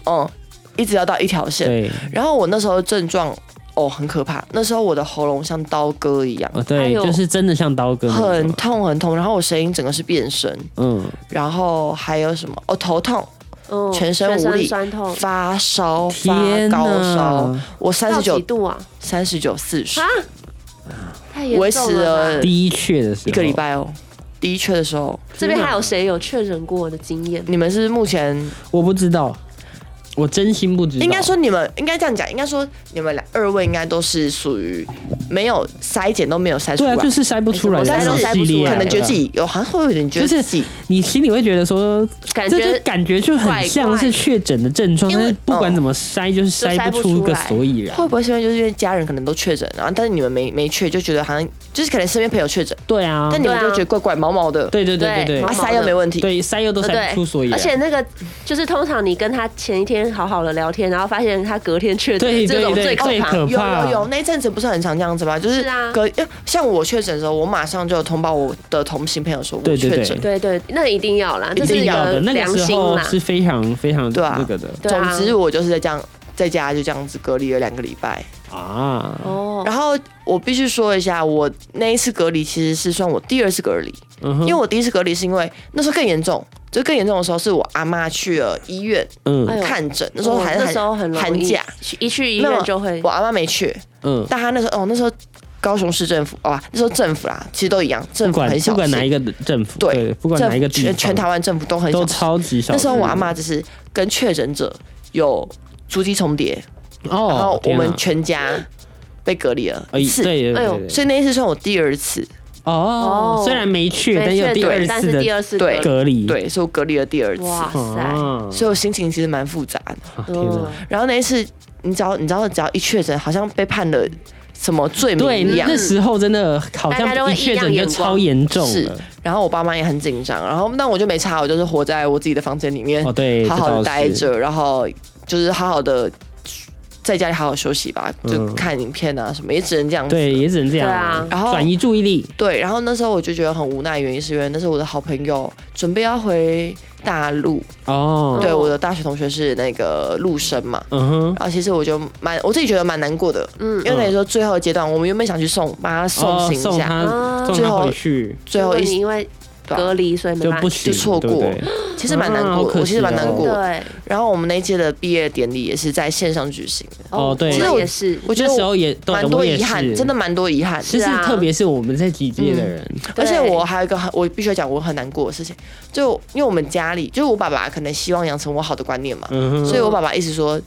Speaker 2: 嗯，一直要到一条线。
Speaker 1: 对，
Speaker 2: 然后我那时候症状哦很可怕，那时候我的喉咙像刀割一样，
Speaker 1: 哦
Speaker 3: 哎
Speaker 1: 对，
Speaker 3: 呦
Speaker 1: 就是真的像刀割那种，
Speaker 2: 很痛很痛，然后我声音整个是变声，
Speaker 1: 嗯，
Speaker 2: 然后还有什么哦头痛、
Speaker 3: 嗯
Speaker 2: 全身无力
Speaker 3: 酸痛，
Speaker 2: 发烧、发
Speaker 1: 天
Speaker 2: 高烧
Speaker 1: 呐，，
Speaker 2: 我三十
Speaker 3: 到
Speaker 2: 九
Speaker 3: 几度啊？
Speaker 2: 三十九、四十
Speaker 3: 啊，，太严重
Speaker 2: 维持了
Speaker 3: 吧
Speaker 1: 第一确的时候，
Speaker 2: 一个礼，拜哦。第一确的时候，
Speaker 3: 这边还有谁有确诊过的经验？
Speaker 2: 你们是目前
Speaker 1: 我不知道，我真心不知道，
Speaker 2: 应该说你们应该这样讲，应该说你们俩二位应该都是属于没有筛检都没有筛出
Speaker 1: 对
Speaker 2: 来，
Speaker 1: 啊，就是筛不出来的
Speaker 2: 但
Speaker 1: 那
Speaker 2: 是
Speaker 1: 种
Speaker 2: 筛
Speaker 1: 系
Speaker 2: 不出
Speaker 1: 列啊，
Speaker 2: 来，可能觉得自
Speaker 1: 对啊
Speaker 2: 己有好像会有点觉得
Speaker 1: 就是
Speaker 2: 自己
Speaker 1: 你心里会觉得说，
Speaker 3: 感
Speaker 1: 这就
Speaker 3: 觉
Speaker 1: 感觉就很像是确诊的症状，
Speaker 2: 怪怪
Speaker 1: 但是
Speaker 2: 因为哦
Speaker 1: 不管怎么筛，就是筛不出个所以然。
Speaker 2: 会不会是因为就是因为家人可能都确诊，然后但是你们没没确，就觉得好像就是可能身边朋友确诊，
Speaker 1: 对啊，
Speaker 2: 但你们
Speaker 3: 对
Speaker 2: 就
Speaker 3: 啊
Speaker 2: 觉得怪怪毛毛的，
Speaker 1: 对对对对对
Speaker 2: 啊
Speaker 3: 对毛
Speaker 2: 筛又没问题，
Speaker 1: 对，筛又都筛不出所以
Speaker 3: 呃而
Speaker 1: 然。
Speaker 3: 且那个就是通常你跟他前一天好好的聊天，然后发现他隔天确诊，
Speaker 1: 对
Speaker 3: 这种
Speaker 1: 对
Speaker 3: 最
Speaker 1: 对
Speaker 3: 可怕。
Speaker 1: 最可
Speaker 2: 有
Speaker 1: 怕
Speaker 2: 有有，那一阵子不是很常这样子吗？就是
Speaker 3: 是啊
Speaker 2: 隔，因为像我确诊的时候，我马上就有通报我的同行朋友说我
Speaker 1: 对对
Speaker 2: 确
Speaker 1: 对
Speaker 2: 诊。
Speaker 3: 对对，那一定要啦，
Speaker 1: 一
Speaker 3: 这是
Speaker 1: 定要
Speaker 3: 个
Speaker 1: 的，那
Speaker 3: 良
Speaker 1: 个时
Speaker 3: 心
Speaker 1: 候
Speaker 3: 啦。
Speaker 1: 是非常非常
Speaker 2: 啊对啊
Speaker 1: 那个的
Speaker 3: 对啊
Speaker 2: 总之我就是在这样在家就这样子隔离了两个礼拜。
Speaker 1: 啊，
Speaker 3: 哦，
Speaker 2: 然后我必须说一下，我那一次隔离其实是算我第二次隔离，
Speaker 1: 嗯哼
Speaker 2: 因为我第一次隔离是因为那时候更严重，就更严重的时候是我阿妈去了医院
Speaker 3: 哎
Speaker 1: 嗯
Speaker 3: 呦
Speaker 2: 看诊，那时候还
Speaker 3: 那时
Speaker 2: 是
Speaker 3: 候很容
Speaker 2: 寒
Speaker 3: 易
Speaker 2: 假，
Speaker 3: 去一去医
Speaker 2: 没
Speaker 3: 院
Speaker 2: 有
Speaker 3: 就会
Speaker 2: 我阿妈没去，
Speaker 1: 嗯，
Speaker 2: 但她那时候哦那时候高雄市政府哇、那时候政府啦，其实都一样，政
Speaker 1: 不
Speaker 2: 府
Speaker 1: 管
Speaker 2: 很
Speaker 1: 不
Speaker 2: 小
Speaker 1: 管哪
Speaker 2: 心，
Speaker 1: 一个政府，
Speaker 2: 对
Speaker 1: 对，不管哪一个地
Speaker 2: 全
Speaker 1: 方，
Speaker 2: 全台湾政府都很小
Speaker 1: 都
Speaker 2: 心。
Speaker 1: 超级少。
Speaker 2: 那时候我阿妈就是跟确诊者有足迹重叠，然
Speaker 1: 哦
Speaker 2: 后，我
Speaker 1: 天
Speaker 2: 们
Speaker 1: 哪
Speaker 2: 全家被隔离了
Speaker 1: 哎
Speaker 2: 一次，
Speaker 1: 对对
Speaker 3: 哎呦
Speaker 1: 对对
Speaker 2: 所以那一次算我第二次，
Speaker 1: 哦
Speaker 3: 哦，
Speaker 1: 虽然没去，但
Speaker 3: 没
Speaker 1: 有
Speaker 3: 确
Speaker 1: 第
Speaker 3: 诊，
Speaker 1: 二
Speaker 3: 但
Speaker 1: 次
Speaker 3: 是第
Speaker 1: 的
Speaker 3: 二次
Speaker 2: 对
Speaker 3: 隔离
Speaker 1: 隔离，
Speaker 2: 对，是我隔离了第二次，
Speaker 3: 哇塞，
Speaker 1: 啊，
Speaker 2: 所以我心情其实蛮复杂的。
Speaker 1: 啊天哪
Speaker 3: 嗯，
Speaker 2: 然后那一次，你只要你知道，只要一确诊，好像被判了什么罪
Speaker 1: 对，
Speaker 2: 名一样
Speaker 1: 那。时候真的好
Speaker 3: 大家都
Speaker 1: 像
Speaker 3: 会
Speaker 1: 一确诊
Speaker 3: 异
Speaker 1: 就
Speaker 3: 样眼光
Speaker 1: 超严重
Speaker 2: 是
Speaker 1: 了。
Speaker 2: 然后我爸妈也很紧张，然后但我就没差，我就是活在我自己的房间里面，
Speaker 1: 哦，对，
Speaker 2: 嗯好好
Speaker 1: 这倒
Speaker 2: 的
Speaker 1: 是
Speaker 2: 待。着，然后就是好好的在家里好好休息吧，就
Speaker 1: 嗯
Speaker 2: 看影片啊什么，也只能这样子。
Speaker 1: 对，也只能这样啊。
Speaker 3: 对
Speaker 2: 啊然后
Speaker 1: 转移注意力，
Speaker 2: 对，然后那时候我就觉得很无奈，原因是因为那是我的好朋友准备要回大陆，
Speaker 1: 哦，
Speaker 2: 对，我的大学同学是那个陆生嘛，
Speaker 1: 嗯哼，
Speaker 2: 然后其实我就蛮我自己觉得蛮难过的，
Speaker 3: 嗯
Speaker 2: 因为等于说最后的阶段，我们原本想去送把他送
Speaker 1: 哦
Speaker 2: 行一
Speaker 1: 送
Speaker 2: 下，
Speaker 1: 他
Speaker 3: 啊
Speaker 1: 送
Speaker 2: 最
Speaker 1: 他
Speaker 2: 后
Speaker 1: 回去
Speaker 2: 最后
Speaker 3: 因为你
Speaker 1: 哦
Speaker 2: 一
Speaker 3: 因为
Speaker 2: 对啊
Speaker 3: 隔离所以没
Speaker 1: 就
Speaker 3: 办
Speaker 1: 不
Speaker 3: 法。
Speaker 1: 行，
Speaker 2: 就错
Speaker 1: 对不
Speaker 2: 过
Speaker 1: 对
Speaker 2: 其实蛮难
Speaker 1: 啊好
Speaker 2: 过的，
Speaker 1: 可
Speaker 2: 我其实蛮
Speaker 1: 惜哦
Speaker 2: 难过的。
Speaker 3: 对，
Speaker 2: 然后我们那一届的毕业典礼也是在线上举行的，
Speaker 1: 哦对
Speaker 3: 我们也是，
Speaker 2: 我觉
Speaker 1: 那时
Speaker 2: 得
Speaker 1: 候也都
Speaker 2: 蛮
Speaker 1: 我
Speaker 2: 多
Speaker 1: 也
Speaker 2: 遗憾，
Speaker 1: 是
Speaker 2: 真的蛮多遗憾。
Speaker 1: 就是
Speaker 3: 是啊
Speaker 1: 特别是我们这几届的人，
Speaker 2: 而且
Speaker 3: 对
Speaker 2: 我还有一个很，我必须要讲我很难过的事情，就因为我们家里，就是我爸爸可能希望养成我好的观念嘛，
Speaker 1: 嗯哼，
Speaker 2: 所以我爸爸一直说，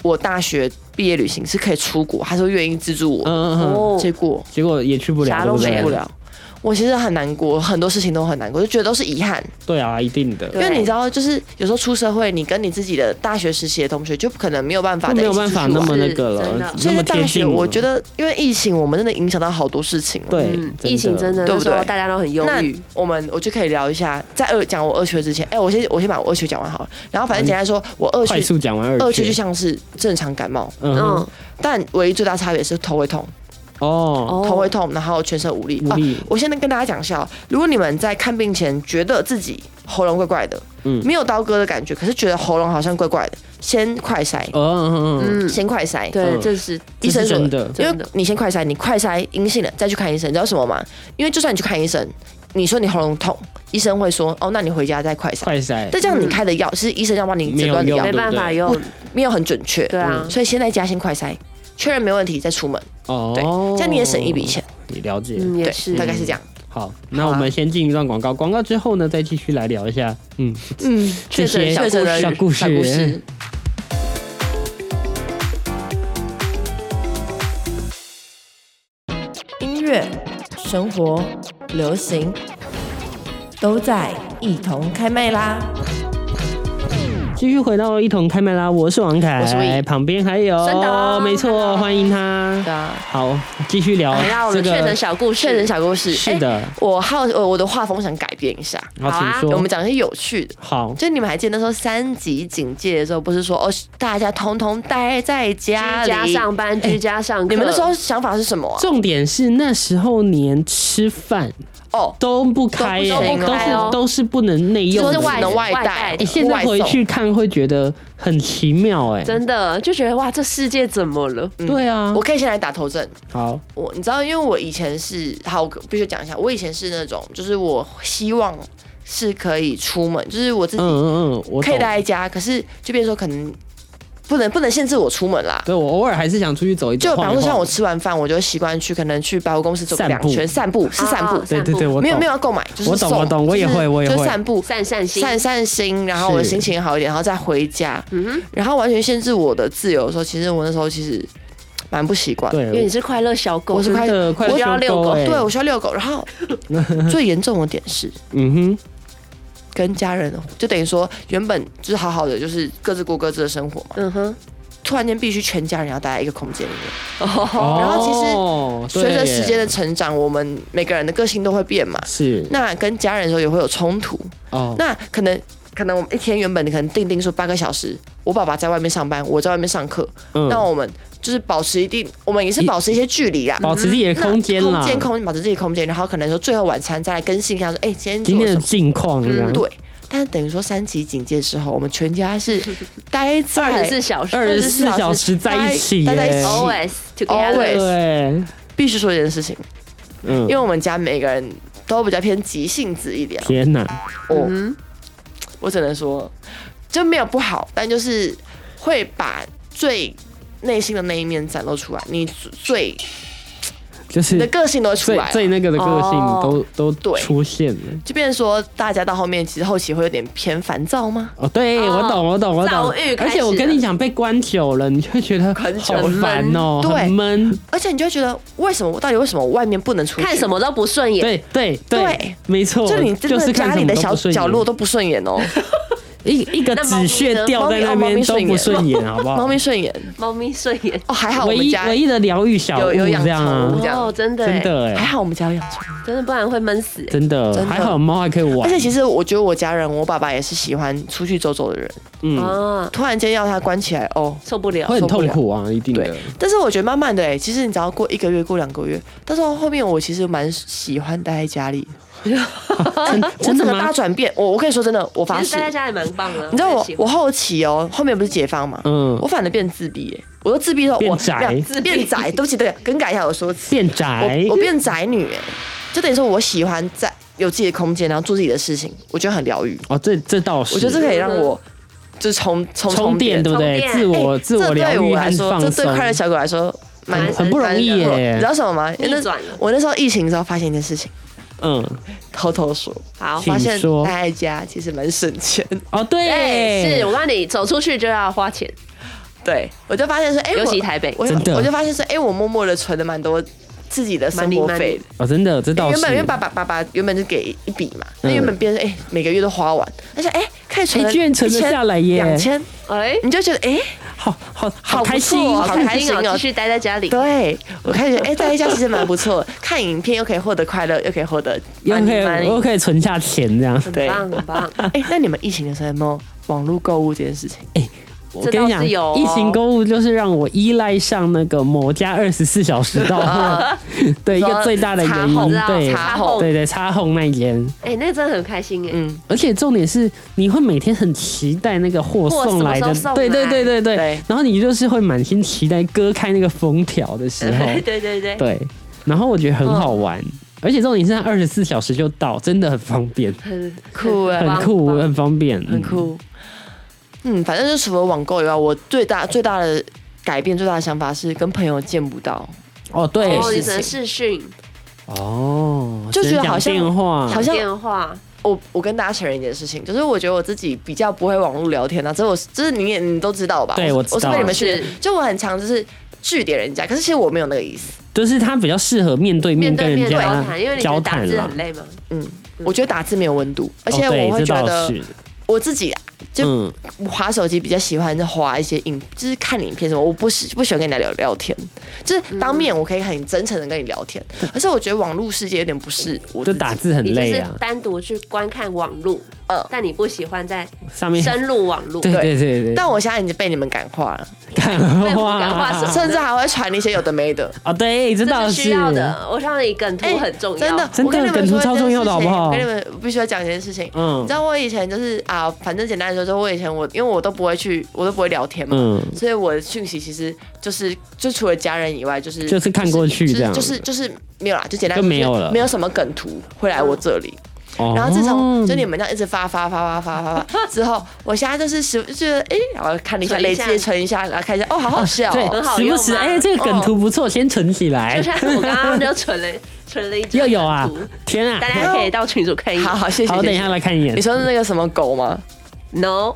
Speaker 2: 我大学毕业旅行是可以出国，他说愿意资助我，
Speaker 1: 嗯嗯嗯，
Speaker 3: 哦，
Speaker 2: 结果
Speaker 1: 结果也去不了，
Speaker 3: 啥
Speaker 1: 对
Speaker 3: 都
Speaker 1: 不对
Speaker 3: 没
Speaker 2: 去不。了。我其实很难过，很多事情都很难过，就觉得都是遗憾。
Speaker 1: 对啊，一定的，
Speaker 2: 因
Speaker 3: 对
Speaker 2: 为你知道，就是有时候出社会，你跟你自己的大学时期的同学，就可能没有办法
Speaker 1: 就
Speaker 2: 在
Speaker 1: 没
Speaker 2: 一
Speaker 1: 有办
Speaker 2: 起出去
Speaker 1: 法
Speaker 2: 玩。
Speaker 1: 那么那个了
Speaker 3: 真的，
Speaker 2: 所
Speaker 1: 那
Speaker 2: 以
Speaker 1: 么
Speaker 2: 在
Speaker 1: 贴
Speaker 2: 大学，
Speaker 1: 近了。
Speaker 2: 我觉得因为疫情，我们真的影响到好多事情了。
Speaker 1: 对
Speaker 3: 嗯，疫情真的
Speaker 2: 对
Speaker 3: 那
Speaker 2: 不
Speaker 3: 时候
Speaker 2: 对
Speaker 3: 大家都很忧
Speaker 2: 那
Speaker 3: 郁，
Speaker 2: 我们我就可以聊一下，在二讲我二学之前，哎、我先我先把我二学讲完好了。然后反正简单说，我二
Speaker 1: 啊快
Speaker 2: 学
Speaker 1: 速讲完二
Speaker 2: 二
Speaker 1: 区
Speaker 2: 学就像是正常感冒，
Speaker 1: 嗯哼
Speaker 3: 嗯，
Speaker 2: 但唯一最大差别是头会痛，
Speaker 1: 哦，
Speaker 2: 头会痛，然后全身无力。
Speaker 1: 无
Speaker 2: 啊
Speaker 1: 力，
Speaker 2: 我现在跟大家讲一下哦，如果你们在看病前觉得自己喉咙怪怪的，
Speaker 1: 嗯
Speaker 2: 没有刀割的感觉，可是觉得喉咙好像怪怪的，先快筛，
Speaker 1: 哦，嗯嗯嗯，
Speaker 3: 嗯，
Speaker 2: 先快筛。
Speaker 3: 对
Speaker 1: 嗯，
Speaker 3: 这是
Speaker 1: 这
Speaker 2: 医
Speaker 1: 是
Speaker 2: 生说
Speaker 1: 真的，
Speaker 2: 因为
Speaker 3: 真的
Speaker 2: 你先快筛，你快筛阴性了再去看医生，你知道什么吗？因为就算你去看医生，你说你喉咙痛，医生会说哦，那你回家再快筛。
Speaker 1: 快塞，
Speaker 2: 但这样你开的药，是医生要帮你诊断
Speaker 1: 没
Speaker 2: 的
Speaker 1: 有
Speaker 2: 药
Speaker 1: 用
Speaker 3: 没，办法
Speaker 1: 对
Speaker 3: 用，
Speaker 2: 没有很准确。
Speaker 3: 嗯对啊
Speaker 2: 所以先在家先快筛，确认没问题再出门，对
Speaker 1: 哦，
Speaker 2: 这样你也省一笔钱。啊
Speaker 1: 你了解。
Speaker 3: 嗯，也
Speaker 2: 对
Speaker 3: 是，，
Speaker 2: 大概是这样。
Speaker 1: 好，那我们先进一段广告，广告之后呢，再继续来聊一下，嗯，
Speaker 2: 嗯，
Speaker 1: 这些
Speaker 2: 确诊
Speaker 1: 小
Speaker 2: 人
Speaker 1: 故事
Speaker 2: 小故事。
Speaker 4: 音乐、生活、流行，都在一同开麦啦！
Speaker 1: 继续回到一同开麦啦，我是王凯，
Speaker 2: 我是魏
Speaker 1: 旁边还有
Speaker 3: 孙导
Speaker 1: 没错，
Speaker 3: Hello
Speaker 1: 欢迎他。
Speaker 2: 对啊，
Speaker 1: 好，继续聊
Speaker 3: 来到我
Speaker 1: 哦这
Speaker 3: 们确诊
Speaker 1: 个，
Speaker 3: 小故
Speaker 2: 确诊
Speaker 3: 事，
Speaker 2: 小故事。
Speaker 1: 是的哦
Speaker 2: 哎，我好，我我的画风想改变一下，
Speaker 1: 好，
Speaker 3: 好啊
Speaker 1: 请
Speaker 2: 我
Speaker 1: 说
Speaker 2: 们。讲一些有趣的。
Speaker 1: 好，
Speaker 2: 就你们还记得那时候三级警戒的时候，不是说哦，大家通通待在家
Speaker 3: 居家
Speaker 2: 里？
Speaker 3: 上班，居家上课，
Speaker 2: 你们那时候想法是什么啊？
Speaker 1: 重点是那时候连吃饭
Speaker 2: 哦，
Speaker 1: 都不开
Speaker 2: 都
Speaker 1: 耶，
Speaker 2: 不行
Speaker 1: 都
Speaker 2: 开
Speaker 1: 是
Speaker 3: 哦
Speaker 1: 都是不能内用的，
Speaker 2: 就是
Speaker 3: 外
Speaker 2: 外
Speaker 3: 送
Speaker 2: 外带
Speaker 3: 外带，
Speaker 1: 哎，现在
Speaker 2: 外送
Speaker 1: 回去看会觉得很奇妙哎。
Speaker 3: 真的就觉得哇，这世界怎么了？嗯
Speaker 1: 对啊
Speaker 2: 我，可以先来打头阵。
Speaker 1: 好，
Speaker 2: 我你知道，因为我以前是好，我必须讲一下，我以前是那种，就是我希望是可以出门，就是我
Speaker 1: 嗯
Speaker 2: 自己
Speaker 1: 嗯嗯，我
Speaker 2: 可以
Speaker 1: 懂
Speaker 2: 待在家，可是就变成说可能不能不能限制我出门啦。
Speaker 1: 对我偶尔还是想出去走一走，
Speaker 2: 就比
Speaker 1: 晃
Speaker 2: 方
Speaker 1: 一
Speaker 2: 说，像
Speaker 1: 晃
Speaker 2: 我吃完饭，我就习惯去可能去百货公司走个
Speaker 1: 散
Speaker 2: 两
Speaker 1: 步
Speaker 2: 圈，散步是散步
Speaker 3: 啊，
Speaker 1: 对对对，我
Speaker 2: 没有
Speaker 1: 懂
Speaker 2: 没有要购买，就是
Speaker 1: 我懂
Speaker 2: 送
Speaker 1: 我懂我也
Speaker 2: 就是
Speaker 1: 会我也
Speaker 2: 就
Speaker 1: 会
Speaker 2: 散步
Speaker 3: 散散心，
Speaker 2: 散散心，然后我的
Speaker 1: 是
Speaker 2: 心情好一点，然后再回家，
Speaker 3: 嗯哼，
Speaker 2: 然后完全限制我的自由的时候，其实我那时候其实蛮不习惯。
Speaker 3: 因为你
Speaker 1: 对，
Speaker 3: 是快乐小狗，
Speaker 2: 我是
Speaker 1: 真
Speaker 2: 快
Speaker 1: 的快要
Speaker 2: 我
Speaker 3: 需要
Speaker 1: 遛
Speaker 3: 遛狗
Speaker 1: 哎，
Speaker 2: 对，我需要遛狗，然 后最严重的点是
Speaker 1: 嗯哼，
Speaker 2: 跟家人，就等于说原本就是好好的，就是各自过各自的生活嘛，
Speaker 3: 嗯哼，
Speaker 2: 突然间必须全家人要待在一个空间里面。
Speaker 1: 哦
Speaker 2: 然后
Speaker 1: 对
Speaker 2: 随着时间的
Speaker 1: 耶
Speaker 2: 成长，我们每个人的个性都会变嘛，
Speaker 1: 是
Speaker 2: 那跟家人的时候也会有冲突，
Speaker 1: 哦，
Speaker 2: 那可能。可能我们一天原本你可能定定说八个小时，我爸爸在外面上班，我在外面上课，
Speaker 1: 嗯
Speaker 2: 那我们就是保持一定，我们也是保持一些距离啊，
Speaker 1: 保持自己的
Speaker 2: 那
Speaker 1: 空间啦
Speaker 2: 空，间空间保持自己的空间，然后可能说最后晚餐再来更新一下说，哎、今天
Speaker 1: 今
Speaker 2: 做
Speaker 1: 天
Speaker 2: 了什
Speaker 1: 的
Speaker 2: 么？
Speaker 1: 近况这样
Speaker 3: 嗯。
Speaker 2: 对，但是等于说三级警戒之后，我们全家是待
Speaker 3: 二十
Speaker 2: 在
Speaker 3: 四小时
Speaker 1: 二十四
Speaker 2: 24
Speaker 1: 小时在一起耶，
Speaker 2: 待在一起
Speaker 3: ，always
Speaker 2: 嗯 Always
Speaker 3: together，
Speaker 1: 对，
Speaker 2: 必须说一件事情，
Speaker 1: 嗯
Speaker 2: 因为，我们家每个人都比较偏急性子一点，
Speaker 1: 天哪，
Speaker 2: 哦，
Speaker 3: 嗯
Speaker 2: 我只能说就没有不好，但就是会把最内心的那一面展露出来，你最
Speaker 1: 就
Speaker 2: 你的
Speaker 1: 是
Speaker 2: 个性都会出
Speaker 1: 最
Speaker 2: 来了，
Speaker 1: 最那个的个性
Speaker 3: 哦
Speaker 1: 都都
Speaker 2: 对
Speaker 1: 出现了。
Speaker 2: 就变成说大家到后面其实后期会有点偏烦躁吗？
Speaker 1: 哦，对，
Speaker 3: 哦
Speaker 1: 我懂，我懂，我懂
Speaker 3: 躁郁。开
Speaker 1: 而
Speaker 3: 始
Speaker 1: 且我跟你讲，被关久了，你就会觉得好烦哦，
Speaker 2: 很闷
Speaker 1: 很闷。
Speaker 2: 而且你就会觉得为什么我到底为什么我外面不能出去？
Speaker 3: 看什么都不顺眼，
Speaker 1: 对对
Speaker 2: 对，
Speaker 1: 没错，
Speaker 2: 就你真
Speaker 1: 哦就
Speaker 2: 的
Speaker 1: 是
Speaker 2: 家
Speaker 1: 看
Speaker 2: 里
Speaker 1: 什么
Speaker 2: 的
Speaker 1: 都
Speaker 2: 小
Speaker 1: 不顺眼
Speaker 2: 角落都不顺眼哦，
Speaker 1: 一一个纸屑掉在那
Speaker 2: 那猫
Speaker 1: 边
Speaker 2: 咪
Speaker 1: 都不顺 眼，好不好？
Speaker 2: 猫咪顺眼
Speaker 3: 猫咪顺眼，
Speaker 2: 哦，还好
Speaker 1: 啊
Speaker 2: 我
Speaker 1: 唯
Speaker 2: 们
Speaker 1: 一
Speaker 2: 家
Speaker 1: 唯一的疗愈小
Speaker 2: 有
Speaker 1: 物
Speaker 2: 有
Speaker 1: 这
Speaker 2: 养
Speaker 1: 样
Speaker 2: 宠
Speaker 1: 啊
Speaker 2: 物，这样
Speaker 3: 哦，真的
Speaker 1: 真
Speaker 3: 欸，
Speaker 1: 的哎，
Speaker 2: 还好我们家有养宠物，
Speaker 3: 真的，不然会闷死欸，
Speaker 1: 真的
Speaker 2: 真的
Speaker 1: 还好猫还可以
Speaker 2: 而
Speaker 1: 玩
Speaker 2: 且，其实我觉得我家人，我爸爸也是喜欢出去走走的人，
Speaker 1: 嗯，
Speaker 3: 啊，
Speaker 2: 突然间要他关起来哦。
Speaker 3: 受不了
Speaker 1: 会，很
Speaker 2: 受不
Speaker 1: 痛
Speaker 2: 了
Speaker 1: 苦啊，一定的
Speaker 2: 对。但是我觉得慢慢的哎、其实你只要过一个月、过两个月，但是后面我其实蛮喜欢待在家里，
Speaker 1: 真真的
Speaker 2: 我整个
Speaker 1: 吗
Speaker 2: 大？转变，我我跟你说真的，我发
Speaker 3: 其
Speaker 2: 誓
Speaker 3: 实，待在家里蛮棒的，
Speaker 2: 你知道
Speaker 3: 很
Speaker 2: 我
Speaker 3: 喜欢
Speaker 2: 我后期哦，后面不是解放嘛，
Speaker 1: 嗯
Speaker 2: 我，反而变自闭、欸，我都自闭到我
Speaker 1: 变宅
Speaker 2: 两
Speaker 3: 自闭
Speaker 2: 变宅，对不起，对，更改一下我说辞，
Speaker 1: 变
Speaker 2: 我
Speaker 1: 宅
Speaker 2: 我变宅女、欸，就等于说我喜欢在有自己的空间，然后做自己的事情，我觉得很疗愈。
Speaker 1: 哦，这这倒是，
Speaker 2: 我觉得这可以让我就是充充
Speaker 1: 充电，对不对？
Speaker 3: 充电
Speaker 1: 自我、
Speaker 2: 哎
Speaker 1: 自
Speaker 2: 这
Speaker 1: 我
Speaker 2: 对
Speaker 1: 疗愈
Speaker 2: 我
Speaker 1: 和
Speaker 2: 来说，
Speaker 1: 放
Speaker 2: 这
Speaker 1: 松，
Speaker 2: 对快乐小狗来说蛮
Speaker 1: 很很不容易
Speaker 2: 蛮
Speaker 1: 耶
Speaker 2: 你知道什么吗？因为
Speaker 3: 逆
Speaker 2: 那
Speaker 3: 转了
Speaker 2: 我那时候疫情的时候发现一件事情，
Speaker 1: 嗯，
Speaker 2: 偷偷说，
Speaker 3: 好，
Speaker 1: 请
Speaker 2: 发现
Speaker 1: 说
Speaker 2: 待在家其实蛮省钱。
Speaker 1: 哦，
Speaker 3: 对，
Speaker 1: 对，
Speaker 3: 哎是我告诉你，走出去就要花钱，
Speaker 2: 对，我就发现说，哎，
Speaker 3: 尤其
Speaker 2: 我
Speaker 3: 台北，
Speaker 2: 我
Speaker 1: 真的
Speaker 2: 我就发现说，哎，我默默的存了蛮多自己的生活
Speaker 3: 蛮力蛮
Speaker 2: 费
Speaker 3: 力
Speaker 2: 的。
Speaker 1: 哦，真的，这倒
Speaker 2: 原
Speaker 1: 是
Speaker 2: 本因为爸爸爸爸原本就给一笔嘛，那
Speaker 1: 嗯
Speaker 2: 原本变成哎、每个月都花完，而且哎开始存了
Speaker 1: 哎居然存得下来耶
Speaker 2: 两千，
Speaker 3: 哎，
Speaker 2: 你就觉得哎、
Speaker 1: 好好好
Speaker 2: 好不
Speaker 1: 开心，啊
Speaker 2: 错
Speaker 3: 哦好
Speaker 2: 好
Speaker 3: 开
Speaker 2: 开
Speaker 3: 心
Speaker 2: 心
Speaker 3: 哦，
Speaker 2: 哦
Speaker 3: 继续待在家里，
Speaker 2: 对我开始觉得哎在家其实蛮不错，看影片又可以获得快乐，又可以获得
Speaker 1: 又可
Speaker 2: money
Speaker 1: 以
Speaker 2: money
Speaker 1: 又可以存下钱这样。
Speaker 2: 对，
Speaker 3: 棒很棒，
Speaker 2: 哎、那你们疫情的时候有没有网络购物这件事情？
Speaker 1: 我跟你
Speaker 3: 这倒
Speaker 1: 讲，
Speaker 3: 是有哦
Speaker 1: 疫情购物就是让我依赖上那个某家二十四小时到货， 对一
Speaker 2: 啊说
Speaker 1: 个最大的
Speaker 2: 插
Speaker 1: 原因
Speaker 2: 红，
Speaker 1: 对
Speaker 2: 插
Speaker 3: 红
Speaker 1: 对对，插红那一间。
Speaker 3: 哎，那真的很开心哎，
Speaker 2: 嗯，
Speaker 1: 而且重点是，你会每天很期待那个货
Speaker 3: 货什
Speaker 1: 送
Speaker 3: 么
Speaker 1: 来
Speaker 3: 时候
Speaker 1: 的，
Speaker 3: 送
Speaker 1: 对对
Speaker 3: 来
Speaker 1: 对对对。
Speaker 2: 对
Speaker 1: 然后你就是会满心期待割开那个封条的时候，
Speaker 3: 对嗯对对对，
Speaker 1: 对。然后我觉得很好玩，而且重点是它二十四小时就到，真的很方便，
Speaker 3: 很
Speaker 2: 酷哎
Speaker 1: 很
Speaker 3: 棒
Speaker 1: 酷，
Speaker 3: 棒
Speaker 1: 很方便，
Speaker 2: 很
Speaker 1: 嗯。
Speaker 2: 酷。嗯，反正就除了网购以外，我最大最大的改变、最大的想法是跟朋友见不到，
Speaker 1: 哦，对
Speaker 2: 也，
Speaker 3: 哦，
Speaker 2: 是
Speaker 3: 你只能视讯
Speaker 1: 哦，
Speaker 2: 就觉得
Speaker 1: 只能讲
Speaker 2: 好像
Speaker 1: 电话，
Speaker 2: 好像
Speaker 3: 电话，
Speaker 2: 我我跟大家承认一件事情，就是我觉得我自己比较不会网络聊天啊，这我这是你也你都知道吧？
Speaker 1: 对我
Speaker 2: 我我
Speaker 1: 知
Speaker 2: 是
Speaker 1: 道
Speaker 2: 被你们训练
Speaker 3: 是，
Speaker 2: 就我很常就是据点人家，可是其实我没有那个意思。
Speaker 1: 就是他比较适合面对面跟
Speaker 3: 对
Speaker 1: 人
Speaker 3: 面交
Speaker 1: 家
Speaker 3: 谈，因为你觉
Speaker 1: 交
Speaker 3: 得打
Speaker 1: 谈
Speaker 3: 字
Speaker 1: 啦
Speaker 3: 很。累嘛，
Speaker 2: 嗯，我觉得打字没有温度，而且
Speaker 1: 哦对
Speaker 2: 我会
Speaker 1: 这
Speaker 2: 觉
Speaker 1: 倒
Speaker 2: 得
Speaker 1: 是
Speaker 2: 我自己就
Speaker 1: 嗯，
Speaker 2: 划手机比较喜欢划一些影，就是看影片什么，我不喜不喜欢跟人家聊聊天，就是当面我可以很真诚的跟你聊天，可是我觉得网络世界有点不是我
Speaker 1: 就
Speaker 2: 自己
Speaker 1: 打字很
Speaker 3: 你就
Speaker 1: 累
Speaker 3: 是
Speaker 1: 啊，
Speaker 3: 单独去观看网路，
Speaker 2: 嗯
Speaker 3: 但你不喜欢在
Speaker 1: 上面
Speaker 3: 深入网路，
Speaker 1: 对
Speaker 2: 对
Speaker 1: 对对对，
Speaker 2: 但我现在已经被你们感化了，
Speaker 1: 感
Speaker 3: 被我
Speaker 1: 化
Speaker 3: 感化什么
Speaker 2: 甚至还会传一些有的没的。
Speaker 1: 啊，对，这倒
Speaker 3: 这是需
Speaker 1: 是
Speaker 3: 要的。我让你梗
Speaker 2: 哎
Speaker 3: 图很重要，
Speaker 2: 真的，
Speaker 1: 真的
Speaker 2: 我跟你们
Speaker 1: 梗图
Speaker 2: 说一件
Speaker 1: 超重要的
Speaker 2: 事情
Speaker 1: 好不好
Speaker 2: 我跟你们必须要讲一件事情。你
Speaker 1: 嗯
Speaker 2: 知道我以前就是啊，反正简单来说，就是我以前我因为我都不会去，我都不会聊天嘛，
Speaker 1: 嗯，
Speaker 2: 所以我的讯息其实就是就除了家人以外，就是
Speaker 1: 就是看过去这样
Speaker 2: 就是就是就是没有啦，就简单
Speaker 1: 就没有
Speaker 2: 就是
Speaker 1: 了
Speaker 2: 没有什么梗图会来我这里。
Speaker 1: 哦
Speaker 2: 然后自从就你们这样一直发发发发发发发之后，我现在就是时就觉得哎，然后看了一下，
Speaker 3: 存一
Speaker 2: 累
Speaker 3: 下
Speaker 2: 积存一下，然后看一下，哦，好好哦笑
Speaker 1: 对
Speaker 2: 哦，
Speaker 3: 很好
Speaker 1: 时
Speaker 3: 用
Speaker 1: 不
Speaker 3: 吗
Speaker 1: 时哎，这个梗图不错，先存起来
Speaker 3: 就。像我刚刚就存了存了一张
Speaker 1: 又有啊
Speaker 3: 梗图，
Speaker 1: 天啊！
Speaker 3: 大家可以到群组看一
Speaker 2: 好
Speaker 3: 眼。
Speaker 2: 好谢谢。
Speaker 1: 好，
Speaker 2: 谢谢
Speaker 1: 等一下来看一眼
Speaker 2: 你。说的那个什么狗吗？
Speaker 3: No，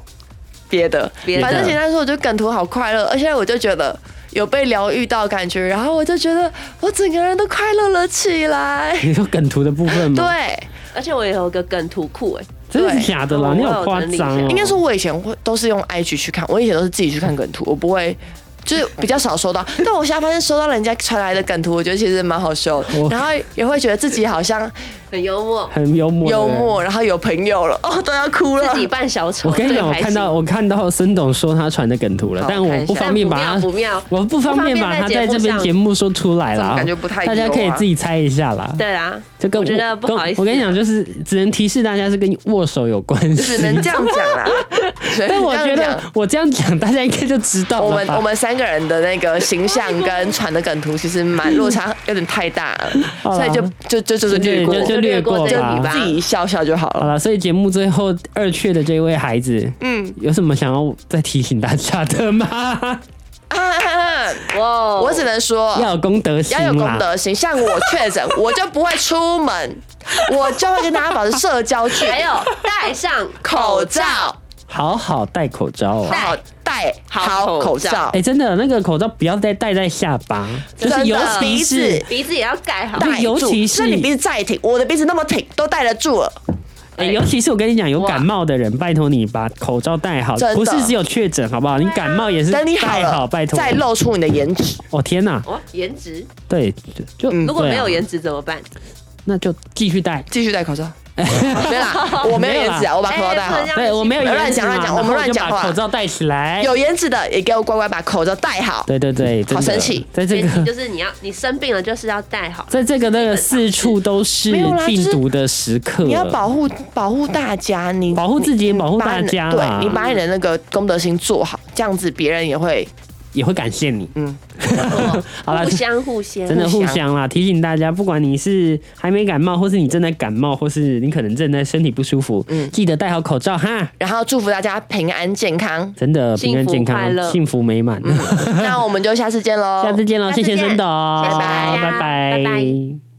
Speaker 2: 别的，
Speaker 3: 别的
Speaker 2: 反正简单说，我觉得梗图好快乐，而且我就觉得有被疗愈到感觉，然后我就觉得我整个人都快乐了起来。
Speaker 1: 你说梗图的部分吗？
Speaker 2: 对，
Speaker 3: 而且我也有个梗图库哎，
Speaker 1: 真的是假的啦？
Speaker 3: 对
Speaker 1: 你好夸张哦！
Speaker 2: 应该说我以前会都是用 IG 去看，我以前都是自己去看梗图，我不会。就是比较少收到，但我现在发现收到人家传来的梗图，我觉得其实蛮好笑的
Speaker 1: 我，
Speaker 2: 然后也会觉得自己好像
Speaker 3: 很幽默，
Speaker 1: 很幽默，
Speaker 2: 幽。默，然后有朋友了，哦，都要哭了
Speaker 3: 自。己扮小丑。
Speaker 1: 我跟你讲，
Speaker 3: 最
Speaker 1: 我
Speaker 3: 开心
Speaker 1: 看到我看到孙董说他传的梗图了
Speaker 2: 好，
Speaker 1: 但我不方
Speaker 2: 看
Speaker 3: 但
Speaker 1: 便
Speaker 3: 不
Speaker 1: 把
Speaker 3: 妙
Speaker 1: 它
Speaker 3: 不妙，
Speaker 1: 我不方便把它在这边节目说出来
Speaker 2: 怎么
Speaker 1: 啦，哦
Speaker 2: 感觉不太
Speaker 1: 大家
Speaker 2: 有啊
Speaker 1: 可以自己猜一下啦。
Speaker 3: 对啊，
Speaker 1: 就跟
Speaker 3: 我觉得不好意
Speaker 1: 跟
Speaker 3: 思
Speaker 1: 我跟你
Speaker 2: 啊
Speaker 1: 讲，就是只能提示大家是跟握手有关
Speaker 2: 只
Speaker 1: 系。
Speaker 2: 能这样讲 啦。只能
Speaker 1: 但我
Speaker 2: 这样
Speaker 1: 觉
Speaker 2: 讲
Speaker 1: 得我这样讲，大家应该就知道
Speaker 2: 我
Speaker 1: 了
Speaker 2: 们
Speaker 1: 吧。
Speaker 2: 我们三个人的那个形象跟传的梗图其实蛮落差有点太大了，
Speaker 1: 好
Speaker 2: 所
Speaker 1: 啦
Speaker 2: 以就就就就是略
Speaker 1: 对
Speaker 2: 过，
Speaker 1: 就
Speaker 2: 就
Speaker 1: 就略过
Speaker 3: 就略过这
Speaker 1: 吧
Speaker 3: 一。吧
Speaker 2: 自己笑笑就好
Speaker 1: 好
Speaker 2: 了。
Speaker 1: 了，所以节目最后二雀的这位孩子，
Speaker 2: 嗯
Speaker 1: 有什么想要再提醒大家的吗？
Speaker 2: 啊啊，啊
Speaker 3: 嗯哇，
Speaker 2: 我只能说
Speaker 1: 要有公德心
Speaker 2: 要
Speaker 1: 啦，
Speaker 2: 有公德心，像我确诊，我就不会出门，我就会跟大家保持社交距
Speaker 3: 还
Speaker 2: 离，
Speaker 3: 有戴上
Speaker 2: 口罩，
Speaker 1: 好好戴口罩哦。
Speaker 2: 好戴好口罩
Speaker 1: 哎、，真的，那个口罩不要再戴在下巴，就
Speaker 2: 真的
Speaker 1: 是尤
Speaker 2: 鼻
Speaker 1: 其
Speaker 2: 子
Speaker 1: 是，
Speaker 3: 鼻子也要盖好。
Speaker 2: 戴
Speaker 1: 尤
Speaker 2: 住。
Speaker 1: 其是
Speaker 2: 那你鼻子再挺，我的鼻子那么挺，都戴得住了。
Speaker 1: 哎、尤其是我跟你讲，有感冒的人，拜托你把口罩戴好
Speaker 2: 真，的
Speaker 1: 不是只有确诊，好不好？你感冒也是
Speaker 2: 等你好
Speaker 1: 戴
Speaker 2: 了，
Speaker 1: 拜托。
Speaker 2: 再露出你的颜值。
Speaker 1: 哦天哪，
Speaker 3: 哇，颜值，
Speaker 1: 对，就就、
Speaker 2: 嗯
Speaker 3: 如果
Speaker 1: 对啊
Speaker 3: 没有颜值怎 么办？
Speaker 1: 那就继续戴。
Speaker 2: 继续戴口罩。没啦，我没有颜值啊，我把口罩戴好
Speaker 3: 哎不能这样
Speaker 2: 了。
Speaker 1: 对我没有
Speaker 2: 乱
Speaker 1: 颜值
Speaker 2: 讲
Speaker 1: 嘛
Speaker 2: 乱讲
Speaker 1: 然后
Speaker 2: 我们乱
Speaker 1: 就
Speaker 2: 讲
Speaker 1: 把
Speaker 2: 话
Speaker 1: 口罩戴起来。
Speaker 2: 有颜值的也给我乖乖把口罩戴好。
Speaker 1: 哎对对对，真的
Speaker 2: 神奇
Speaker 1: 在这
Speaker 3: 颜值就
Speaker 1: 个。
Speaker 3: 是你要你生病了就是要戴好。
Speaker 1: 在这个那个四处都是
Speaker 2: 没有啦就是
Speaker 1: 病毒的时刻，
Speaker 2: 你要保护保护大家，你
Speaker 1: 保护自己
Speaker 2: 你
Speaker 1: 保护大家
Speaker 2: 你把
Speaker 1: 啦
Speaker 2: 你对你把你的那个公德心做好，这样子别人也会
Speaker 1: 也会感谢你。
Speaker 2: 嗯，
Speaker 1: 好啦
Speaker 3: 互，相互相
Speaker 1: 真的
Speaker 2: 互
Speaker 1: 互
Speaker 2: 相
Speaker 1: 相啦，提醒大家，不管你是还没感冒，或是你正在感冒，或是你可能正在身体不舒服，
Speaker 2: 嗯
Speaker 1: 记得戴好口罩哈。。
Speaker 2: 然后祝福大家平安健康
Speaker 1: 真的
Speaker 3: 幸
Speaker 1: 平安
Speaker 3: 福
Speaker 1: 健
Speaker 3: 快乐
Speaker 1: 康，幸福美满。
Speaker 2: 嗯那我们就下次见喽，
Speaker 1: 下次见喽，
Speaker 3: 下
Speaker 1: 谢
Speaker 3: 次
Speaker 1: 谢
Speaker 3: 见
Speaker 1: 森董，
Speaker 3: 谢谢大家
Speaker 1: 拜
Speaker 3: 拜拜
Speaker 1: 拜